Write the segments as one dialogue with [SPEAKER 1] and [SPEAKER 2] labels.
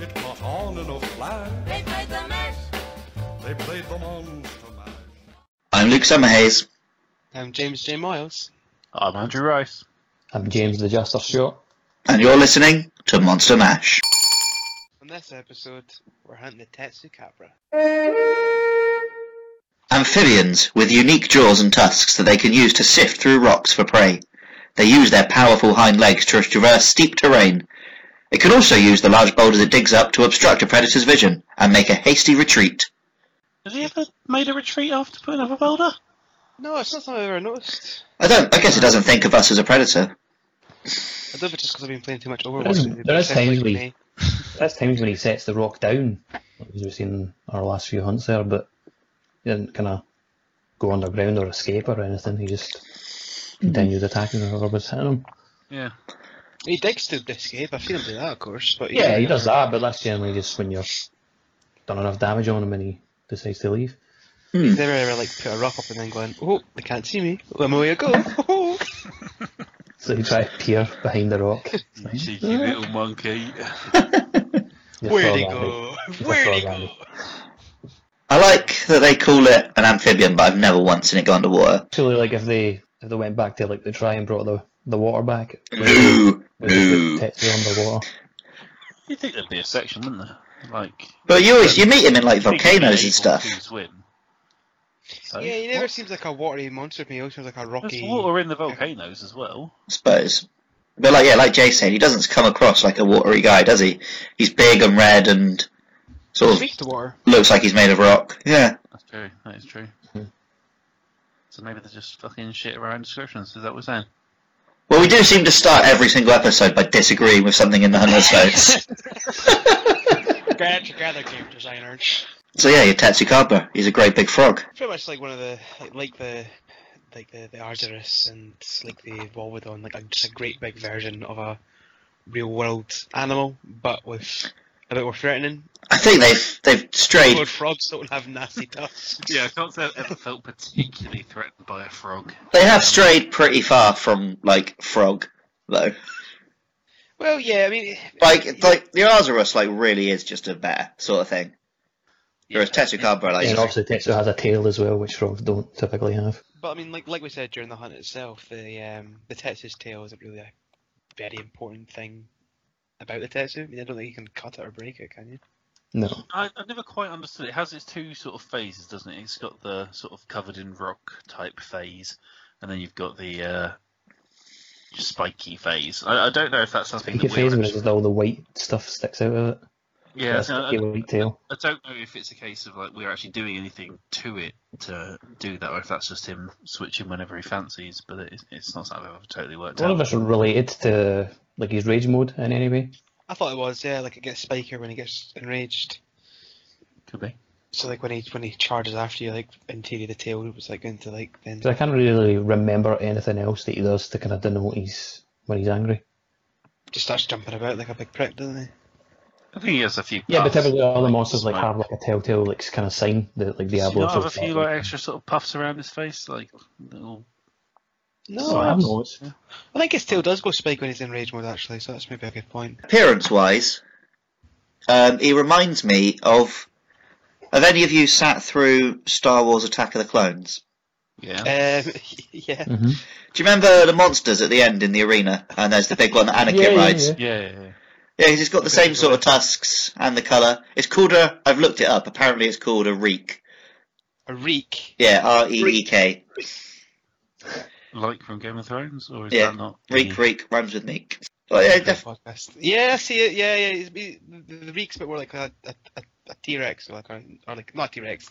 [SPEAKER 1] It was on in a flash.
[SPEAKER 2] They played the mash.
[SPEAKER 1] They played the monster mash.
[SPEAKER 3] I'm Luke Summerhayes.
[SPEAKER 4] I'm James J. Miles.
[SPEAKER 5] I'm Andrew Rice.
[SPEAKER 6] I'm James the Jester Stewart.
[SPEAKER 3] and you're listening to Monster Mash.
[SPEAKER 4] On this episode, we're hunting the Tetsu Capra.
[SPEAKER 3] Amphibians with unique jaws and tusks that they can use to sift through rocks for prey. They use their powerful hind legs to traverse steep terrain. It can also use the large boulders it digs up to obstruct a predator's vision and make a hasty retreat.
[SPEAKER 5] Has he ever made a retreat after putting up a boulder?
[SPEAKER 4] No, it's not something I've ever noticed.
[SPEAKER 3] I don't. I guess it doesn't think of us as a predator.
[SPEAKER 4] I don't know if it's just because I've been playing too much Overwatch.
[SPEAKER 6] There is-
[SPEAKER 4] lately,
[SPEAKER 6] there
[SPEAKER 4] but
[SPEAKER 6] is
[SPEAKER 4] it sounds
[SPEAKER 6] times
[SPEAKER 4] like
[SPEAKER 6] we-
[SPEAKER 4] me.
[SPEAKER 6] That's times when he sets the rock down, like as we've seen in our last few hunts there, but he didn't kind of go underground or escape or anything. He just continued attacking whoever was hitting him.
[SPEAKER 5] Yeah.
[SPEAKER 4] He digs to escape. I've seen him do that, of course. But
[SPEAKER 6] Yeah, he does that, but that's generally just when you're done enough damage on him and he decides to leave.
[SPEAKER 4] He's never ever like put a rock up and then going, "Oh, they can't see me. I'm away I go."
[SPEAKER 6] So he tries to peer behind the rock.
[SPEAKER 5] Cheeky little monkey.
[SPEAKER 6] Just
[SPEAKER 4] Where'd
[SPEAKER 6] saw
[SPEAKER 4] he
[SPEAKER 6] that,
[SPEAKER 4] go?
[SPEAKER 6] just
[SPEAKER 4] Where'd
[SPEAKER 6] saw
[SPEAKER 4] he go?
[SPEAKER 6] that bit.
[SPEAKER 3] I like that they call it an amphibian, but I've never once seen it go underwater.
[SPEAKER 6] Actually, like if they if they went back to like the try and brought the the water back,
[SPEAKER 3] No,
[SPEAKER 6] with the
[SPEAKER 3] no.
[SPEAKER 6] Tetsu underwater.
[SPEAKER 5] You'd think there'd be a section, wouldn't there? Like
[SPEAKER 3] But you always you meet him in like volcanoes
[SPEAKER 5] people
[SPEAKER 3] and stuff.
[SPEAKER 5] To swim. So,
[SPEAKER 4] Yeah, he never
[SPEAKER 5] what-
[SPEAKER 4] seems like a watery monster to me. He always seems like a
[SPEAKER 5] There's
[SPEAKER 4] rocky.
[SPEAKER 5] water in the volcanoes as well.
[SPEAKER 3] I suppose. But like yeah, like Jay said, he doesn't come across like a watery guy, does he? He's big and red and sort of
[SPEAKER 4] Speak to water.
[SPEAKER 3] looks like he's made of rock. Yeah.
[SPEAKER 5] That's true. That is true.
[SPEAKER 6] Hmm.
[SPEAKER 5] So maybe they're just fucking shit around descriptions. Is that what we're saying?
[SPEAKER 3] Well, we do seem to start every single episode by disagreeing with something in the Hunter's notes.
[SPEAKER 4] Get together, game designers.
[SPEAKER 3] so yeah, your Tetsukaba, he's a great big frog.
[SPEAKER 4] Pretty much like one of the like, like the like the the Arduris and like the Wolvedon, like a, just a great big version of a real world animal, but with a bit more threatening.
[SPEAKER 3] I think they've they've strayed.
[SPEAKER 4] Lord frogs don't have nasty tusks.
[SPEAKER 5] Yeah, I can't say I've ever felt particularly threatened by a frog.
[SPEAKER 3] They have strayed pretty far from like frog though.
[SPEAKER 4] Well, yeah, I mean,
[SPEAKER 3] Like like the Azarus like really is just a bear sort of thing. Whereas Tetsukaba like
[SPEAKER 6] And obviously Tetsu has a tail as well, which frogs don't typically have.
[SPEAKER 4] but I mean, like like we said during the hunt itself, the um the Tetsu's tail isn't really a very important thing about the Tetsu. I mean, I don't think you can cut it or break it, can you?
[SPEAKER 6] No.
[SPEAKER 5] I, I've never quite understood. It has its two sort of phases, doesn't it? It's got the sort of covered in rock type phase, and then you've got the uh, spiky phase. I, I don't know if that's something
[SPEAKER 6] You can
[SPEAKER 5] that we're
[SPEAKER 6] phase when it's
[SPEAKER 5] actually-
[SPEAKER 6] just all the white stuff sticks out of it.
[SPEAKER 5] yeah, Uh,
[SPEAKER 6] That's
[SPEAKER 5] so I,
[SPEAKER 6] the white tail.
[SPEAKER 5] I don't know if it's a case of like we're actually doing anything to it to do that, or if that's just him switching whenever he fancies. But it, it's not something I've ever totally worked
[SPEAKER 6] One
[SPEAKER 5] out.
[SPEAKER 6] of us related to like his rage mode in any way.
[SPEAKER 4] I thought it was, yeah, like it gets spikier when he gets enraged.
[SPEAKER 5] Could be.
[SPEAKER 4] So like when he when he charges after you, like interior the tail was like into like then.
[SPEAKER 6] 'Cause I can't really remember anything else that he does to kind of denote he's when he's angry.
[SPEAKER 4] just starts jumping about like a big prick, doesn't he?
[SPEAKER 5] I think he has a few.
[SPEAKER 6] Yeah, but
[SPEAKER 5] puffs.
[SPEAKER 6] typically all the monsters like
[SPEAKER 5] Right.
[SPEAKER 6] have like a telltale like kind of sign that like
[SPEAKER 5] Does he
[SPEAKER 6] Diablo.
[SPEAKER 5] not have a
[SPEAKER 6] shows
[SPEAKER 5] few
[SPEAKER 6] that.
[SPEAKER 5] like extra sort of puffs around his face, like little.
[SPEAKER 6] So Oh, I have notes.
[SPEAKER 4] I think his tail does go spike when he's in rage mode actually, so that's maybe a good point.
[SPEAKER 3] appearance wise, um, he reminds me of. Have any of you sat through Star Wars Attack of the Clones?
[SPEAKER 5] Yeah.
[SPEAKER 6] Eh.
[SPEAKER 4] Um, yeah,
[SPEAKER 6] Mhm.
[SPEAKER 3] Do you remember the monsters at the end in the arena? And there's the big one that Anakin
[SPEAKER 6] Yeah, yeah,
[SPEAKER 3] rides. Yeah,
[SPEAKER 6] yeah.
[SPEAKER 5] Yeah, yeah, yeah.
[SPEAKER 3] 'cause he's got the same sort of tusks and the colour. It's called a. I've looked it up. Apparently, it's called a reek.
[SPEAKER 4] a reek.
[SPEAKER 3] Yeah, R E E K.
[SPEAKER 5] like from Game of Thrones, or is
[SPEAKER 3] Yeah.
[SPEAKER 5] that not?
[SPEAKER 3] Reek, reek rhymes with meek. Well, yeah, def-
[SPEAKER 4] Podcast. Yeah, I see it. Yeah, yeah. He's, he, the, the reek's a bit more like a a, a, a T Rex, or like a, or like not T Rex.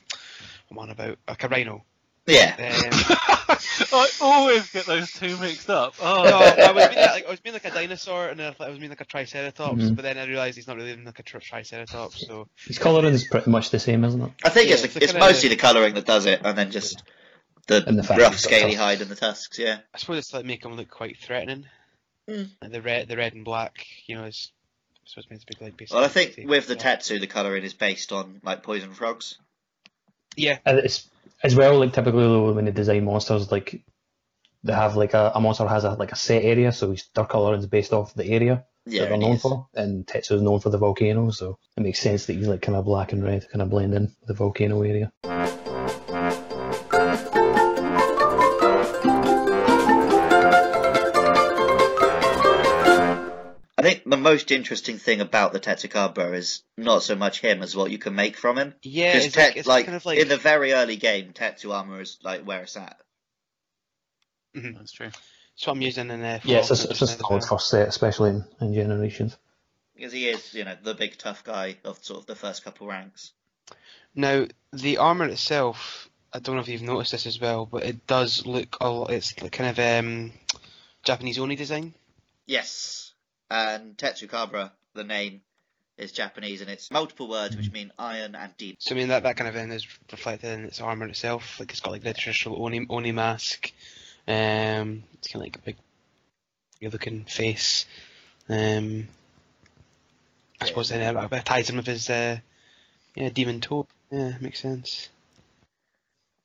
[SPEAKER 4] I'm on about like a rhino.
[SPEAKER 3] yeah.
[SPEAKER 4] Um,
[SPEAKER 5] I always get those two mixed up.
[SPEAKER 4] no,
[SPEAKER 5] Oh,
[SPEAKER 4] I was, being like, I was being like a dinosaur, and then I thought I was being like a triceratops,
[SPEAKER 6] Mhm.
[SPEAKER 4] but then I realised he's not really even like a tri- triceratops. So
[SPEAKER 6] His colouring's pretty much the same, isn't it?
[SPEAKER 3] I think it's,
[SPEAKER 4] Yeah, it's
[SPEAKER 3] the,
[SPEAKER 4] the
[SPEAKER 3] it's
[SPEAKER 4] kinda-
[SPEAKER 3] mostly the colouring that does it, and then just the,
[SPEAKER 6] And the fact
[SPEAKER 3] rough,
[SPEAKER 6] he's got
[SPEAKER 3] scaly
[SPEAKER 6] tusks.
[SPEAKER 3] hide and the tusks, yeah.
[SPEAKER 4] I suppose it's like make him look quite threatening.
[SPEAKER 3] Mm.
[SPEAKER 4] Like the red, the red and black, you know, is supposed meant to be like basically.
[SPEAKER 3] Well, I think
[SPEAKER 4] the-
[SPEAKER 3] with the Tetsu, the colouring is based on like poison frogs.
[SPEAKER 6] And it's as well like typically though, when they design monsters like they have like a, a monster has a like a set area, so his their colouring's based off the area.
[SPEAKER 3] Yeah,
[SPEAKER 6] that they're
[SPEAKER 3] it
[SPEAKER 6] known
[SPEAKER 3] is.
[SPEAKER 6] for, and Tetsu's known for the volcano, so it makes sense that he's like kind of black and red, kind of blend in with the volcano area.
[SPEAKER 3] I think the most interesting thing about the Tetsukabu is not so much him as what you can make from him.
[SPEAKER 4] Yeah,
[SPEAKER 3] Because
[SPEAKER 4] it's, like, it's kind of like
[SPEAKER 3] in the very early game, Tetsu armor is like where it's at.
[SPEAKER 5] That's true.
[SPEAKER 4] it's what I'm using in uh,
[SPEAKER 6] Yeah,
[SPEAKER 4] Fallout
[SPEAKER 6] it's just, it's just
[SPEAKER 4] just
[SPEAKER 6] an
[SPEAKER 4] now
[SPEAKER 6] old
[SPEAKER 4] as well.
[SPEAKER 6] first set, especially in, in Generations.
[SPEAKER 3] Because he is, you know, the big tough guy of sort of the first couple ranks.
[SPEAKER 4] Now the armor itself, I don't know if you've noticed this as well, but it does look a lot. It's like kind of um, Japanese only design.
[SPEAKER 3] Yes. And Tetsukabra, the name, is Japanese and it's multiple words which
[SPEAKER 4] Mm-hmm.
[SPEAKER 3] mean iron and deep.
[SPEAKER 4] So I mean that that kind of thing is reflected in its armor itself. Like it's got like the traditional oni oni mask. Um, it's kind of like a big, good looking face. Um, I
[SPEAKER 3] Yeah.
[SPEAKER 4] suppose then it ties in with his uh, yeah demon toe. Yeah, makes sense.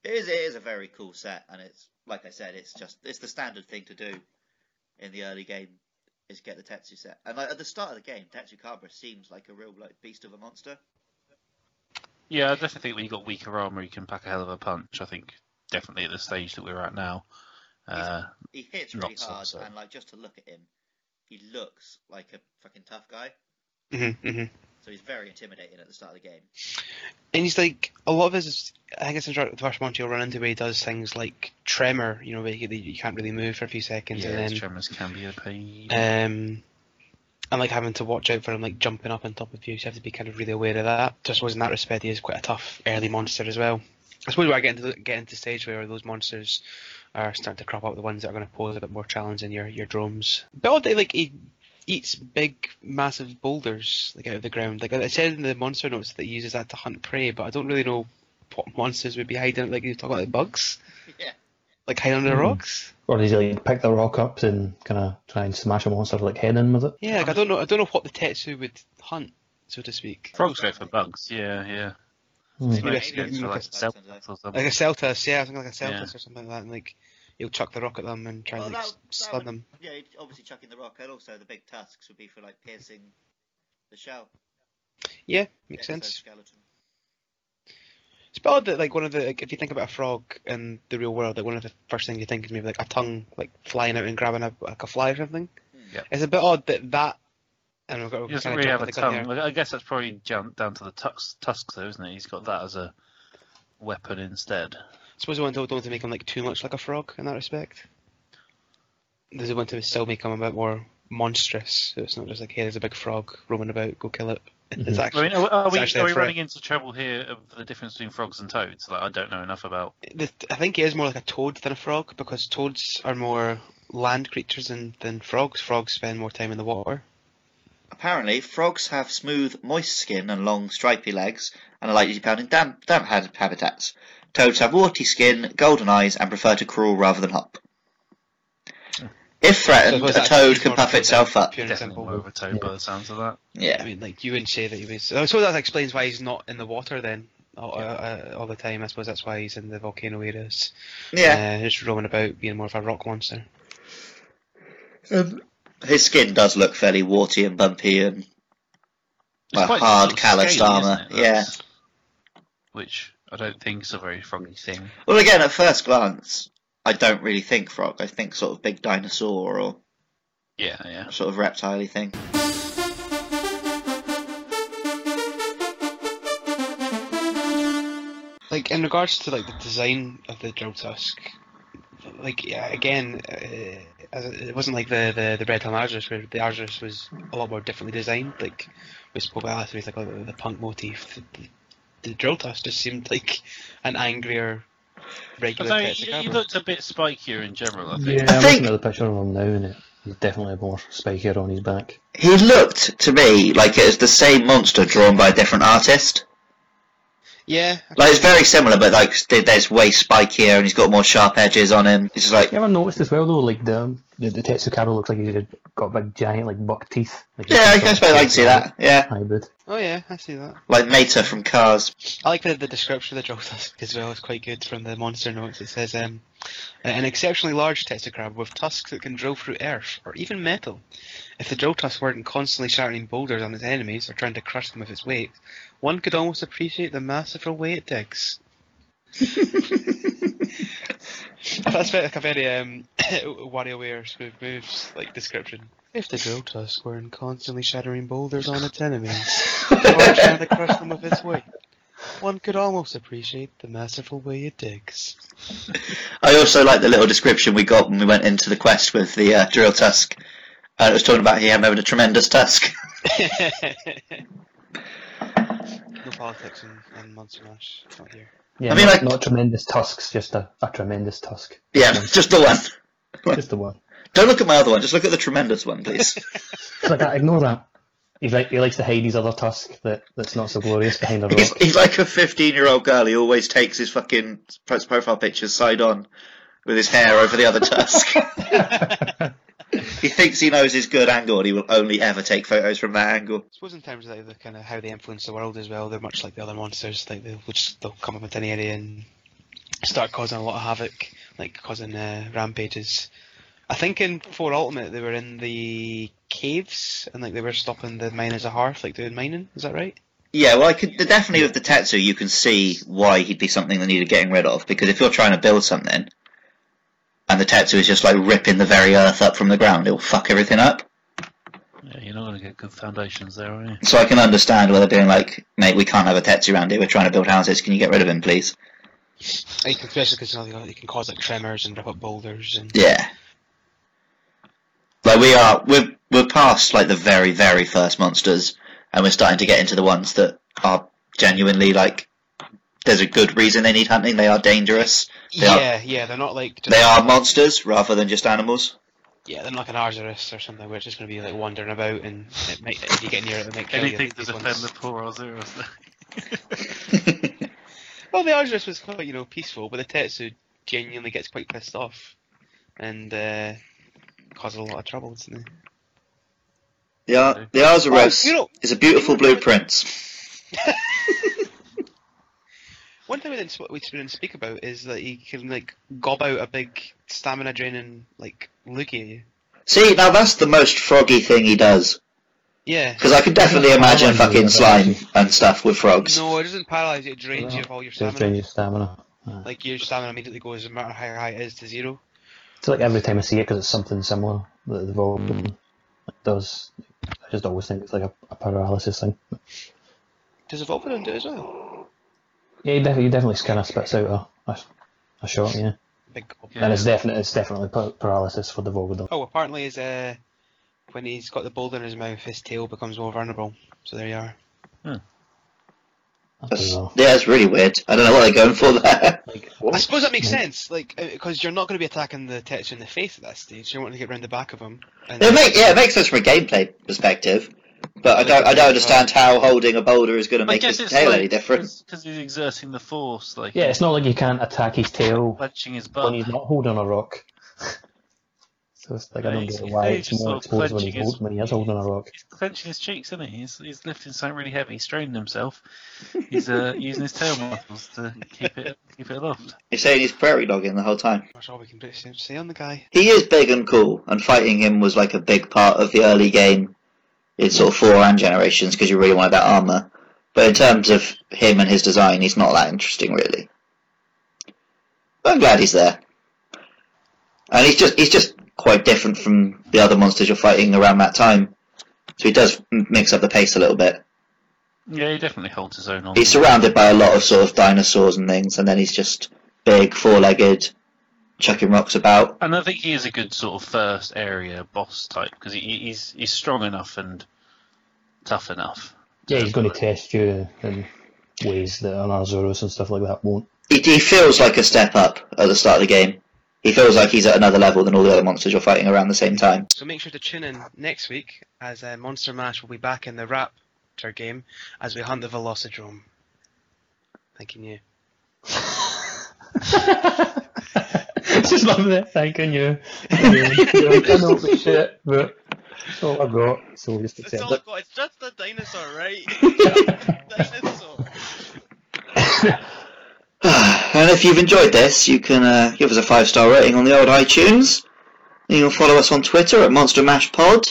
[SPEAKER 3] It is, it is a very cool set and it's, like I said, it's just, it's the standard thing to do in the early game is get the Tetsu set. And like, at the start of the game, Tetsukabra seems like a real like beast of a monster.
[SPEAKER 5] Yeah, I definitely think when you've got weaker armor, you can pack a hell of a punch. I think definitely at the stage that we're at now. Uh,
[SPEAKER 3] He hits
[SPEAKER 5] Not
[SPEAKER 3] really
[SPEAKER 5] so,
[SPEAKER 3] hard
[SPEAKER 5] so.
[SPEAKER 3] and like just to look at him, he looks like a fucking tough guy.
[SPEAKER 4] hmm hmm
[SPEAKER 3] So he's very intimidating at the start of the game.
[SPEAKER 4] And he's like a lot of his. I think it's in the first one you'll run into where he does things like tremor. You know, where you, you can't really move for a few seconds,
[SPEAKER 5] yeah,
[SPEAKER 4] and
[SPEAKER 5] his
[SPEAKER 4] then
[SPEAKER 5] tremors can be a pain.
[SPEAKER 4] um, and like having to watch out for him like jumping up on top of you. So you have to be kind of really aware of that. Just was in that respect, he is quite a tough early monster as well. I suppose we're getting to the- getting to stage where those monsters are starting to crop up, the ones that are going to pose a bit more challenge in your your drones. But all day, like he eats big, massive boulders like out of the ground. Like I said in the monster notes that he uses that to hunt prey, but I don't really know what monsters would be hiding. Like you talk about the bugs,
[SPEAKER 3] yeah.
[SPEAKER 4] like hiding under
[SPEAKER 6] Hmm.
[SPEAKER 4] rocks.
[SPEAKER 6] Or does he like pick the rock up and kind of try and smash a monster like head in with it?
[SPEAKER 4] Yeah, like I don't know. I don't know what the Tetsu would hunt, so to speak.
[SPEAKER 5] Frogs go for bugs. Yeah, yeah.
[SPEAKER 6] Hmm.
[SPEAKER 3] Maybe it's
[SPEAKER 5] Most go for, like,
[SPEAKER 3] bugs,
[SPEAKER 5] cell
[SPEAKER 3] sometimes,
[SPEAKER 5] phones or something.
[SPEAKER 4] like a Celtus, yeah, I think like a Celtus
[SPEAKER 5] Yeah.
[SPEAKER 4] or something like that, and like you'll chuck the rock at them and try
[SPEAKER 3] Well,
[SPEAKER 4] and like
[SPEAKER 3] that-
[SPEAKER 4] s-
[SPEAKER 3] that
[SPEAKER 4] stun
[SPEAKER 3] would-
[SPEAKER 4] them.
[SPEAKER 3] Yeah, he'd obviously chucking the rock, and also the big tusks would be for like piercing the shell.
[SPEAKER 4] Yeah, makes
[SPEAKER 3] Yeah, so
[SPEAKER 4] sense.
[SPEAKER 3] Skeleton.
[SPEAKER 4] It's about that like one of the like, if you think about a frog in the real world, like one of the first things you think is maybe like a tongue like flying out and grabbing a like a fly or something.
[SPEAKER 3] Hmm.
[SPEAKER 5] Yeah.
[SPEAKER 4] It's a bit odd that that. And we've got we're
[SPEAKER 5] He doesn't
[SPEAKER 4] kinda
[SPEAKER 5] really have a
[SPEAKER 4] jumping the gun
[SPEAKER 5] tongue.
[SPEAKER 4] here.
[SPEAKER 5] Well, I guess that's probably down, down to the tux, tusks, though, isn't it? He's got that as a weapon instead.
[SPEAKER 4] Suppose I want to don't want to make him like too much like a frog in that respect. Does it want to still make him a bit more monstrous? So it's not just like hey, there's a big frog roaming about, go kill it. It's
[SPEAKER 6] Mhm.
[SPEAKER 5] I
[SPEAKER 4] actually
[SPEAKER 5] mean, are, are
[SPEAKER 4] It's
[SPEAKER 5] we,
[SPEAKER 4] actually
[SPEAKER 5] are we
[SPEAKER 4] a threat.
[SPEAKER 5] running into trouble here of the difference between frogs and toads? Like, I don't know enough about.
[SPEAKER 4] the, I think he is more like a toad than a frog because toads are more land creatures than, than frogs. Frogs spend more time in the water.
[SPEAKER 3] Apparently, frogs have smooth, moist skin and long, stripy legs, and are likely to be found in damp, damp ha- habitats. Toads have warty skin, golden eyes, and prefer to crawl rather than hop.
[SPEAKER 5] Hmm.
[SPEAKER 3] If
[SPEAKER 4] So I
[SPEAKER 3] threatened,
[SPEAKER 4] suppose
[SPEAKER 3] a
[SPEAKER 4] that's
[SPEAKER 3] toad
[SPEAKER 4] more
[SPEAKER 3] can
[SPEAKER 4] of
[SPEAKER 3] puff
[SPEAKER 4] a-
[SPEAKER 3] itself up.
[SPEAKER 4] Pure and
[SPEAKER 5] Definitely more
[SPEAKER 4] simple.
[SPEAKER 5] of a toad by the sounds of that.
[SPEAKER 4] I
[SPEAKER 3] Yeah,
[SPEAKER 4] mean, like you wouldn't say that he was. So so that explains why he's not in the water then all, uh, uh, all the time. I suppose that's why he's in the volcano areas.
[SPEAKER 3] yeah.
[SPEAKER 4] Uh, just roaming about, being more of a rock monster.
[SPEAKER 3] His skin does look fairly warty and bumpy, and
[SPEAKER 5] It's
[SPEAKER 3] Well,
[SPEAKER 5] quite
[SPEAKER 3] hard
[SPEAKER 5] sort of
[SPEAKER 3] calloused
[SPEAKER 5] scaly,
[SPEAKER 3] armour,
[SPEAKER 5] isn't it? That's- Which I don't think is a very froggy thing.
[SPEAKER 3] well, again, at first glance, I don't really think frog. I think sort of big dinosaur or
[SPEAKER 5] Yeah, yeah.
[SPEAKER 3] sort of reptile thing.
[SPEAKER 4] Like in regards to like the design of the drill tusk, like yeah, again, uh, as it it wasn't like the the the Red Helm Argus where the Argus was a lot more differently designed. Like we spoke about last week, like the, the punk motif. The, the, the drill tusk just seemed like an angrier regular.
[SPEAKER 5] Although
[SPEAKER 4] Tetsu
[SPEAKER 5] he, he
[SPEAKER 4] Kabra.
[SPEAKER 5] looked a bit spikier in general, I think.
[SPEAKER 6] Yeah, I'm
[SPEAKER 3] think-
[SPEAKER 6] looking at the picture of him now, and it, he's definitely more spikier on his back.
[SPEAKER 3] He looked to me like it was the same monster drawn by a different artist.
[SPEAKER 4] Yeah, I
[SPEAKER 3] Like it's very similar, but like th- there's way spikier and he's got more sharp edges on him. It's just like
[SPEAKER 6] You ever noticed as well though, like the the, the Tetsu Karo looks like he's got big giant like buck teeth. Like
[SPEAKER 3] Yeah, I guess I'd like to see that. Yeah,
[SPEAKER 6] Hybrid.
[SPEAKER 4] Oh yeah, I see that.
[SPEAKER 3] like Meta from Cars.
[SPEAKER 4] I like the, the description of the Joltusk as well. It's quite good from the monster notes. It says, um, an exceptionally large testacrab with tusks that can drill through earth or even metal. If the Joltusk weren't constantly shattering boulders on its enemies or trying to crush them with its weight, one could almost appreciate the masterful way it digs. That's a bit like a very um, WarioWare smooth moves like description. If the Joltusk weren't constantly shattering boulders on its enemies or trying to crush them with its weight. One could almost appreciate the masterful way it digs.
[SPEAKER 3] I also like the little description we got when we went into the quest with the uh, drill tusk. And it was talking about him having a tremendous tusk.
[SPEAKER 4] no politics in, in Monster Mash. Not here.
[SPEAKER 6] Yeah,
[SPEAKER 3] I mean,
[SPEAKER 6] not,
[SPEAKER 3] like-
[SPEAKER 6] not tremendous tusks, just a, a tremendous tusk.
[SPEAKER 3] yeah, just the one.
[SPEAKER 6] Just the one.
[SPEAKER 3] Don't look at my other one. Just look at the tremendous one, please.
[SPEAKER 6] It's like, I ignore that. He's like, he likes to hide his other tusk that, that's not so glorious behind a
[SPEAKER 3] he's,
[SPEAKER 6] rock.
[SPEAKER 3] he's like a fifteen-year-old girl. He always takes his fucking pro- profile pictures side on with his hair over the other tusk. he thinks he knows his good angle, and he will only ever take photos from that angle.
[SPEAKER 4] I suppose in terms of like, the kind of how they influence the world as well, they're much like the other monsters. Like they'll just they'll come up with any area and start causing a lot of havoc, like causing uh, rampages. I think in Four Ultimate they were in the caves and like they were stopping the miners of Hearth, like doing mining. Is that right?
[SPEAKER 3] Yeah, well, I could definitely with the Tetsu, you can see why he'd be something they needed getting rid of. Because if you're trying to build something, and the Tetsu is just like ripping the very earth up from the ground, it'll fuck everything up.
[SPEAKER 5] Yeah, you're not going to get good foundations there, are you?
[SPEAKER 3] So I can understand where they're being like, mate, we can't have a Tetsu around here. We're trying to build houses. Can you get rid of him, please?
[SPEAKER 4] Like, especially because you know, they- they can cause like tremors and rip up boulders and
[SPEAKER 3] Yeah. Like we are, we're we're past like the very very first monsters, and we're starting to get into the ones that are genuinely like. There's a good reason they need hunting. They are dangerous. They are-
[SPEAKER 4] yeah, yeah, they're not like just,
[SPEAKER 3] They are monsters rather than just animals.
[SPEAKER 4] yeah, they're not like an Arceus or something where it's just going to be like wandering about and it might, if you get near it, it might kill you.
[SPEAKER 5] Anything
[SPEAKER 4] These
[SPEAKER 5] to defend
[SPEAKER 4] ones-
[SPEAKER 5] the poor Azura.
[SPEAKER 4] Well, the Arceus was quite, you know, peaceful, but the Tetsu genuinely gets quite pissed off and uh, causes a lot of trouble, doesn't it?
[SPEAKER 3] the Ar- the Azuros
[SPEAKER 4] Oh, you know-
[SPEAKER 3] is a beautiful blueprint.
[SPEAKER 4] One thing we didn't, sp- we didn't speak about is that he can, like, gob out a big stamina draining, like, loogie at you.
[SPEAKER 3] See, now that's the most froggy thing he does.
[SPEAKER 4] Yeah.
[SPEAKER 3] Because I can definitely imagine fucking slime and stuff with frogs.
[SPEAKER 4] No, it doesn't paralyze you, it drains you of all your
[SPEAKER 6] Just
[SPEAKER 4] stamina.
[SPEAKER 6] drain your stamina. Aye.
[SPEAKER 4] Like, your stamina immediately goes, no matter how high it is, to zero.
[SPEAKER 6] It's like every time I see it because it's something similar that they've
[SPEAKER 3] Hmm.
[SPEAKER 6] all done. It does. I just always think it's like a, a paralysis thing.
[SPEAKER 4] Does Evolvadon do it as well?
[SPEAKER 6] Yeah, he, def- he definitely kind of spits out a, a, a shot, yeah.
[SPEAKER 4] Big gob.
[SPEAKER 5] Yeah.
[SPEAKER 6] And it's definitely it's definitely pa- paralysis for the Volgodon.
[SPEAKER 4] Oh, apparently his uh, when he's got the boulder in his mouth, his tail becomes more vulnerable. So there you are.
[SPEAKER 6] That's
[SPEAKER 3] That's, yeah,
[SPEAKER 6] bizarre.
[SPEAKER 3] that's really weird. I don't know what they're going for there.
[SPEAKER 6] Like,
[SPEAKER 4] I suppose that makes
[SPEAKER 6] Yeah.
[SPEAKER 4] sense, like because you're not going to be attacking the Tetsu in the face at that stage. You're wanting to get round the back of him. And
[SPEAKER 3] It make, yeah, it makes sense from a gameplay perspective, but I don't, I don't understand how holding a boulder is going to
[SPEAKER 5] I
[SPEAKER 3] make his
[SPEAKER 5] guess it's
[SPEAKER 3] tail any different.
[SPEAKER 5] because he's exerting the force, like
[SPEAKER 6] yeah, it's not like you can't attack his tail
[SPEAKER 5] punching his butt.
[SPEAKER 6] when he's not holding a rock. so it's like I don't
[SPEAKER 5] Right,
[SPEAKER 6] get
[SPEAKER 5] so
[SPEAKER 6] why
[SPEAKER 5] he's
[SPEAKER 6] it's
[SPEAKER 5] just
[SPEAKER 6] more
[SPEAKER 5] sort of
[SPEAKER 6] exposed when, he's
[SPEAKER 5] clenching his-
[SPEAKER 6] hold, when he is holding a rock.
[SPEAKER 5] He's clenching his cheeks, isn't he? He's, he's lifting something really heavy, straining himself. He's uh, using his tail muscles to keep it keep it aloft.
[SPEAKER 3] You're saying he's prairie dogging the whole time.
[SPEAKER 4] That's all we can pretty much say on the guy.
[SPEAKER 3] He is big and cool, and fighting him was like a big part of the early game in sort of four and generations because you really wanted that armor. But in terms of him and his design, he's not that interesting really. But I'm glad he's there, and he's just he's just quite different from the other monsters you're fighting around that time. So he does m- mix up the pace a little bit.
[SPEAKER 5] Yeah, he definitely holds his own. on
[SPEAKER 3] He's surrounded by a lot of sort of dinosaurs and things, and then he's just big, four-legged, chucking rocks about.
[SPEAKER 5] And I think he is a good sort of first area boss type because he, he's he's strong enough and tough enough.
[SPEAKER 6] Yeah, he's going to test you in ways that on Arzuros and stuff like that won't.
[SPEAKER 3] He, he feels like a step up at the start of the game. He feels like he's at another level than all the other monsters you're fighting around the same time.
[SPEAKER 4] So make sure to tune in next week as uh, Monster Mash will be back in the Raptor game as we hunt the Velocidrome. Thanking you.
[SPEAKER 6] just love that. Thanking you. You're like, I know the shit, but that's all I got. So just
[SPEAKER 4] That's
[SPEAKER 6] accept
[SPEAKER 4] all
[SPEAKER 6] it.
[SPEAKER 4] I've got. It's just a dinosaur, right? dinosaur.
[SPEAKER 3] and if you've enjoyed this, you can uh, give us a five star rating on the old iTunes. You can follow us on Twitter at Monster Mash Pod,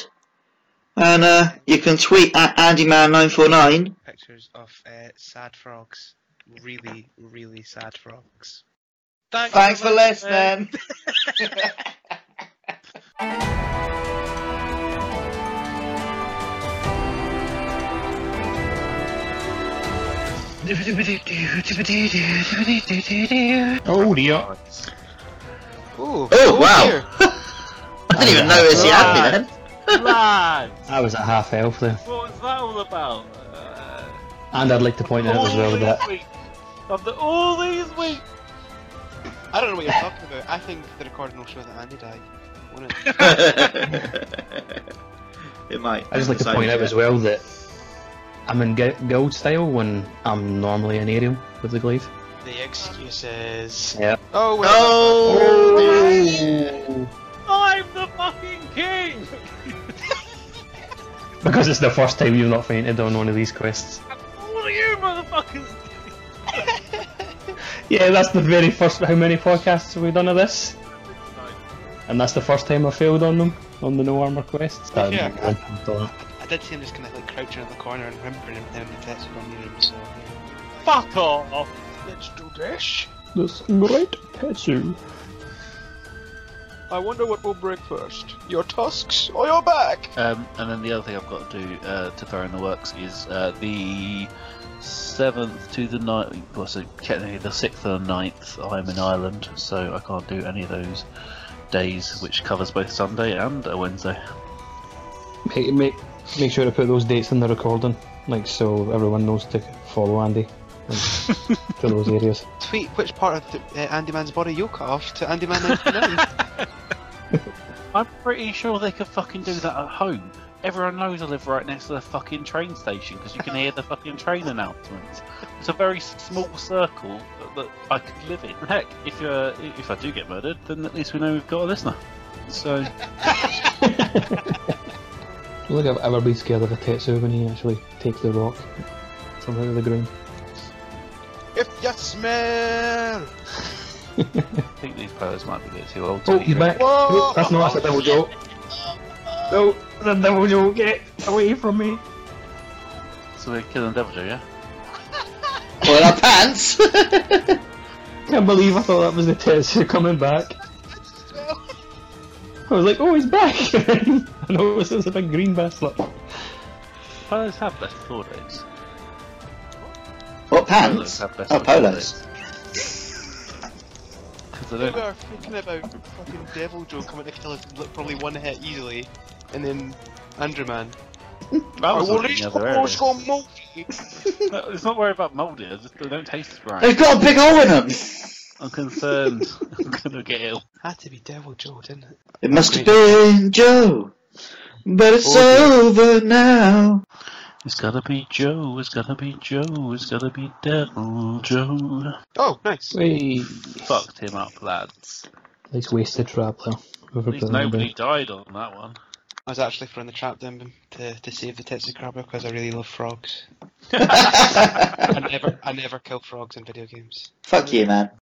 [SPEAKER 3] and uh, you can tweet at AndyMan949.
[SPEAKER 4] Pictures of uh, sad frogs. Really, really sad frogs. Thanks,
[SPEAKER 6] Oh dear.
[SPEAKER 4] Ooh,
[SPEAKER 3] oh wow! I didn't even notice you had me then.
[SPEAKER 5] Lads!
[SPEAKER 6] I was at half health there.
[SPEAKER 5] What was that all about? Uh,
[SPEAKER 6] And I'd like to point out as
[SPEAKER 5] all
[SPEAKER 6] well
[SPEAKER 5] these
[SPEAKER 6] that
[SPEAKER 5] weeks- After all these weeks,
[SPEAKER 4] I don't know what you're talking about. I think the recording will show that Andy died. Won't it?
[SPEAKER 3] it might.
[SPEAKER 6] I just like to point out as well that I'm in gu- guild style when I'm normally in aerial with the glaive.
[SPEAKER 4] The excuses.
[SPEAKER 6] Yeah.
[SPEAKER 4] Oh, well.
[SPEAKER 3] Oh!
[SPEAKER 5] I'm the fucking king!
[SPEAKER 6] Because it's the first time you've not fainted on one of these quests.
[SPEAKER 5] All you motherfuckers!
[SPEAKER 6] Yeah, that's the very first. How many podcasts have we done of this? And that's the first time I failed on them on the no armor quests. Um,
[SPEAKER 4] Yeah.
[SPEAKER 6] I've done it.
[SPEAKER 4] I did see him just kind of like crouching in the corner and whimpering and then the test on near him, so.
[SPEAKER 5] Fuck off! Let's do this!
[SPEAKER 6] This great Tetsu.
[SPEAKER 4] I wonder what will break first. Your tusks or your back?
[SPEAKER 5] Um, and then the other thing I've got to do uh, to throw in the works is uh, the seventh to the ninth. Well, so technically the sixth and the 9th I'm in Ireland, so I can't do any of those days, which covers both Sunday and a Wednesday.
[SPEAKER 6] Make, make, make sure to put those dates in the recording, like so everyone knows to follow Andy and to those areas.
[SPEAKER 4] Tweet which part of the, uh, Andy Man's body you cut off to Andy Man 99.
[SPEAKER 5] I'm pretty sure they could fucking do that at home. Everyone knows I live right next to the fucking train station because you can hear the fucking train announcements. It's a very s- small circle that- that I could live in. Heck, if uh, if I do get murdered, then at least we know we've got a listener. So.
[SPEAKER 6] I don't think I've ever been scared of a Tetsu when he actually takes the rock from out of the ground.
[SPEAKER 4] if you smell!
[SPEAKER 5] I think these players might be a bit too old.
[SPEAKER 6] Oh,
[SPEAKER 5] to
[SPEAKER 6] you're back!
[SPEAKER 4] Whoa!
[SPEAKER 6] That's not that's a double joke. No, the double joke, get away from me!
[SPEAKER 5] So we're killing the devil, Joe, yeah?
[SPEAKER 3] Well, our pants!
[SPEAKER 6] Can't believe I thought that was the Tetsu coming back.
[SPEAKER 4] Smell!
[SPEAKER 6] I was like, oh, he's back! I know this is a big green bastard.
[SPEAKER 5] Players have less four days.
[SPEAKER 3] what pants?
[SPEAKER 5] Players have less
[SPEAKER 3] Oh, polos.
[SPEAKER 5] Because they
[SPEAKER 4] We
[SPEAKER 5] don't.
[SPEAKER 4] were thinking about fucking Devil Joe coming to kill us with probably one hit easily, and then Andrew Man.
[SPEAKER 5] That was in the other area.
[SPEAKER 4] multi!
[SPEAKER 5] No, It's not worry about mouldy. I just, they don't taste right.
[SPEAKER 3] They've got a big hole in them!
[SPEAKER 5] I'm concerned. I'm gonna get ill.
[SPEAKER 4] Had to be Devil Joe, didn't it?
[SPEAKER 3] It must have been Joe, but it's over now.
[SPEAKER 5] It's gotta be Joe. It's gotta be Joe. It's gotta be Devil Joe.
[SPEAKER 4] Oh, nice.
[SPEAKER 6] Wait.
[SPEAKER 5] Fucked him up, lads.
[SPEAKER 6] Nice wasted trap there. Whoever
[SPEAKER 5] At least
[SPEAKER 6] put that in there.
[SPEAKER 5] nobody died on that one.
[SPEAKER 4] I was actually throwing the trap down to, to save the Tetsu crab because I really love frogs. I never I never kill frogs in video games.
[SPEAKER 3] Fuck you, man.